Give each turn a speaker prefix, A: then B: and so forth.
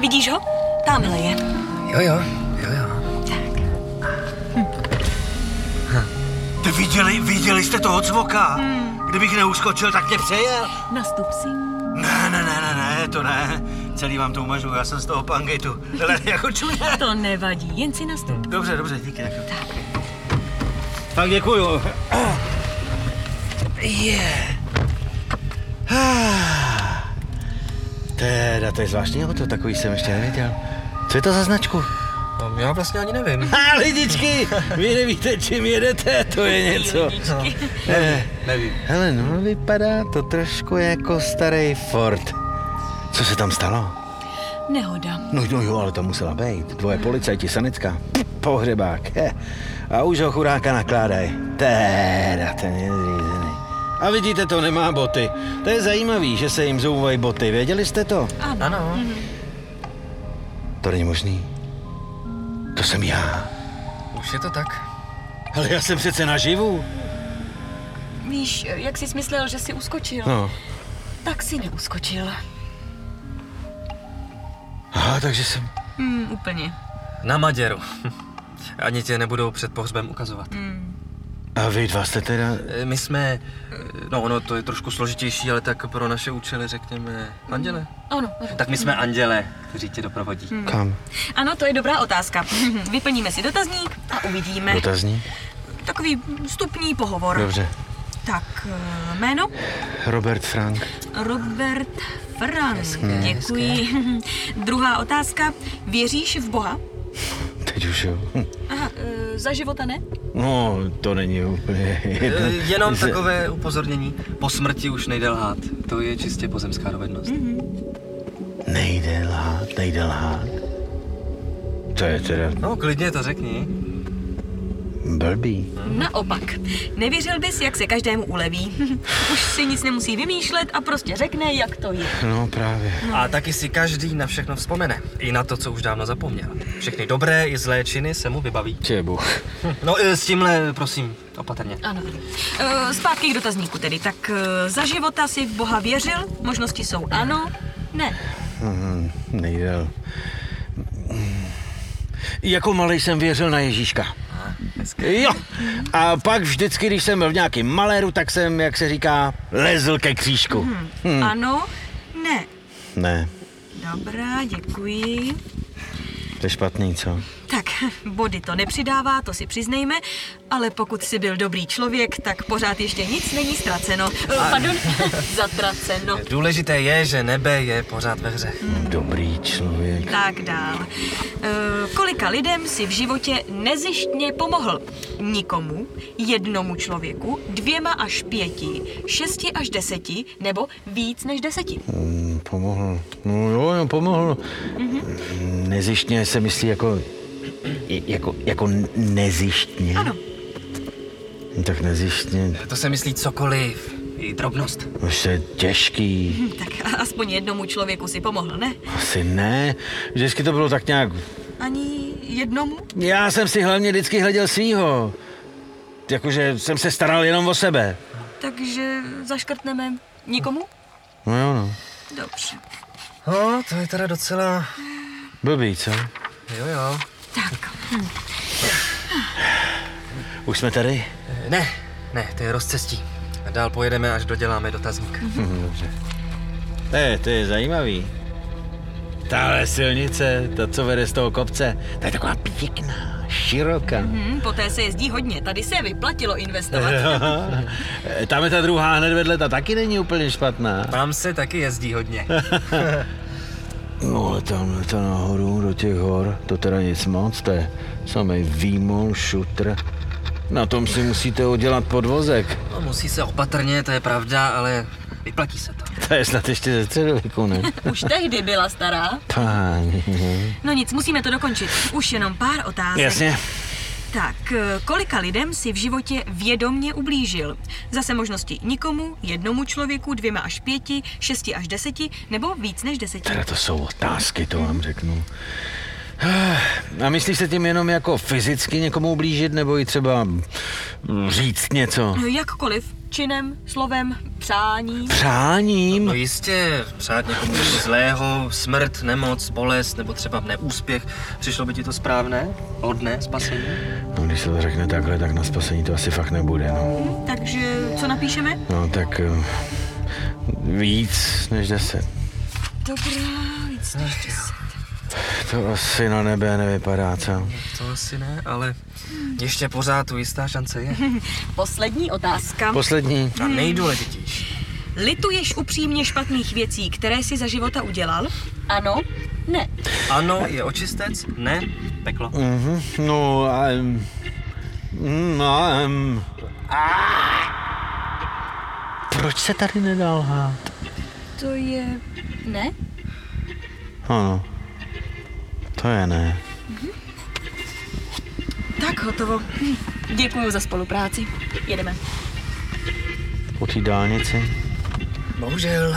A: Vidíš ho? Tamhle je.
B: Jo, jo, jo, jo.
C: Ty viděli, viděli jste toho cvoka? Kdybych neuskočil, tak mě přejel.
A: Nastup si.
C: Ne, ne, ne, ne, ne, to ne. Celý vám to umažu, já jsem z toho pangetu. Ale jako čuje.
A: To nevadí, jen si nastup.
C: Dobře, dobře, díky. Tak, tak děkuju. Je. Teda, to je zvláštní auto, takový jsem ještě neviděl. Co je to za značku?
B: No, já vlastně ani nevím.
C: Ha, lidičky, vy nevíte, čím jedete, to je něco.
B: No,
C: Ne.
B: nevím.
C: Hele, no vypadá to trošku jako starý Ford. Co se tam stalo?
A: Nehoda.
C: No jo, jo, ale to musela být. Dvoje policajti, sanitka, pohřebák. He. A už ho churáka nakládaj. Teda, ten je zřízený. A vidíte to, nemá boty. To je zajímavý, že se jim zouvají boty. Věděli jste to?
A: Ano.
B: Ano.
C: To není možný. To jsem já.
B: Už je to tak.
C: Ale já jsem přece naživu.
A: Víš, jak jsi myslel, že jsi uskočil?
C: No.
A: Tak si neuskočil.
C: Aha, takže jsem...
A: Mm, úplně.
B: Na Maděru. Ani tě nebudou před pohřbem ukazovat.
A: Hmm.
C: A vy dva jste teda...
B: E, My jsme, e, no ono to je trošku složitější, ale tak pro naše účely řekněme anděle.
A: Ano.
B: Mm. Tak my jsme anděle, kteří tě doprovodí.
C: Kam?
A: Ano, to je dobrá otázka. Vyplníme si dotazník a uvidíme.
C: Dotazní?
A: Takový vstupní pohovor.
C: Dobře.
A: Tak, eh, jméno?
C: Robert Frank.
A: Robert Frank. Děkuji. Druhá otázka. Věříš v Boha?
C: Teď už jo. Hm.
A: Aha, eh, za života ne?
C: No, to není úplně... jedno.
B: E, Jenom
C: Že-
B: takové upozornění. Po smrti už nejde lhát. To je čistě pozemská dovednost.
C: Nejde lhát, nejde lhát. To je teda
B: No, klidně to řekni.
C: blbý.
A: Naopak. Nevěřil bys, jak se každému uleví. Už si nic nemusí vymýšlet a prostě řekne, jak to je.
C: No právě.
B: A taky si každý na všechno vzpomene. I na to, co už dávno zapomněl. Všechny dobré i zlé činy se mu vybaví.
C: Čebuch.
B: Hm, No, e, s tímhle, prosím, opatrně.
A: Ano. Eh, Zpátky k dotazníku tedy. Tak eh, za života si v Boha věřil? Možnosti jsou ano, ne.
C: Mhm, Nejde. Mm. Jako malý jsem věřil na Ježíška. Jo. A pak vždycky, když jsem byl v nějakém maléru, tak jsem, jak se říká, lezl ke křížku.
A: Mhm. Ano, ne.
C: Ne,
A: Dobrá, děkuji.
C: to je špatný, co?
A: Tak, body to nepřidává, to si přiznejme, ale pokud jsi byl dobrý člověk, tak pořád ještě nic není ztraceno. Eh, Pardon, zatraceno.
B: Důležité je, že nebe je pořád ve hře.
C: Dobrý člověk.
A: Tak dál. E, kolika lidem si v životě nezištně pomohl? Nikomu, jednomu člověku, dvěma až pěti, šesti až deseti, nebo víc než deseti?
C: Mm, Pomohl. No jo, jo pomohl. Nezištně se myslí jako... Jako, jako nezištně. No
A: Ano,
C: Tak nezištně.
B: To se myslí cokoliv. I drobnost.
C: Už je těžký.
A: Hm, tak a- aspoň jednomu člověku si pomohl, ne?
C: Asi ne. Vždycky to bylo tak nějak...
A: Ani jednomu?
C: Já jsem si hlavně vždycky hleděl svýho. Jakože jsem se staral jenom o sebe.
A: Takže zaškrtneme nikomu?
C: No jo, no.
A: Dobře.
B: No, to je teda docela...
C: Blbý, co?
B: Jo, jo.
A: Tak, hm,
C: Už jsme tady?
B: E, Ne, ne, to je rozcestí. A dál pojedeme, až doděláme dotazník.
C: Hm, dobře. To je, to je zajímavý. Tahle silnice, ta, co vede z toho kopce, ta je taková pěkná, široká.
A: hm, poté se jezdí hodně, tady se vyplatilo investovat.
C: Eh, Tam je ta druhá hned vedle, ta taky není úplně špatná.
B: Vám se taky jezdí hodně.
C: No, ale tam to nahoru do těch hor, to teda nic moc, to je samý výmol, šutr. Na tom si musíte udělat podvozek.
B: No, musí se opatrně, to je pravda, ale vyplatí se to.
C: To je snad ještě ze středověku, ne?
A: Už tehdy byla stará.
C: Páni.
A: No nic, musíme to dokončit. Už jenom pár otázek.
C: Jasně.
A: Tak, eh, kolika lidem si v životě vědomně ublížil? Zase možnosti nikomu, jednomu člověku, dvěma až pěti, šesti až deseti, nebo víc než deseti.
C: Teda to jsou otázky, to vám řeknu. Ah, A myslíš se tím jenom jako fyzicky někomu ublížit, nebo i třeba říct něco?
A: Jakkoliv, No, činem, slovem, přání.
C: Přáním?
B: No jistě, přát někomu něco zlého, smrt, nemoc, bolest nebo třeba neúspěch. Přišlo by ti to správné? Hodné spasení?
C: No, když se to řekne takhle, tak na spasení to asi fakt nebude, no.
A: Takže co napíšeme?
C: No, tak eh, víc než deset.
A: Dobrá, víc než deset.
C: To asi na nebe nevypadá, co?
B: To asi ne, ale ještě pořád tu jistá šance je.
A: Poslední otázka.
C: Poslední.
B: A nejdůležitější.
A: Lituješ upřímně špatných věcí, které si za života udělal? Ano? Ne.
B: Ano, je očistec, ne, peklo.
C: Mhm. No, a... em, mm, a... em, a. Proč se tady nedal hát?
A: To je... Ne?
C: Ano. To je ne.
A: Tak, hotovo. Hm. Děkuju za spolupráci. Jedeme.
C: Po té dálnici.
B: Bohužel.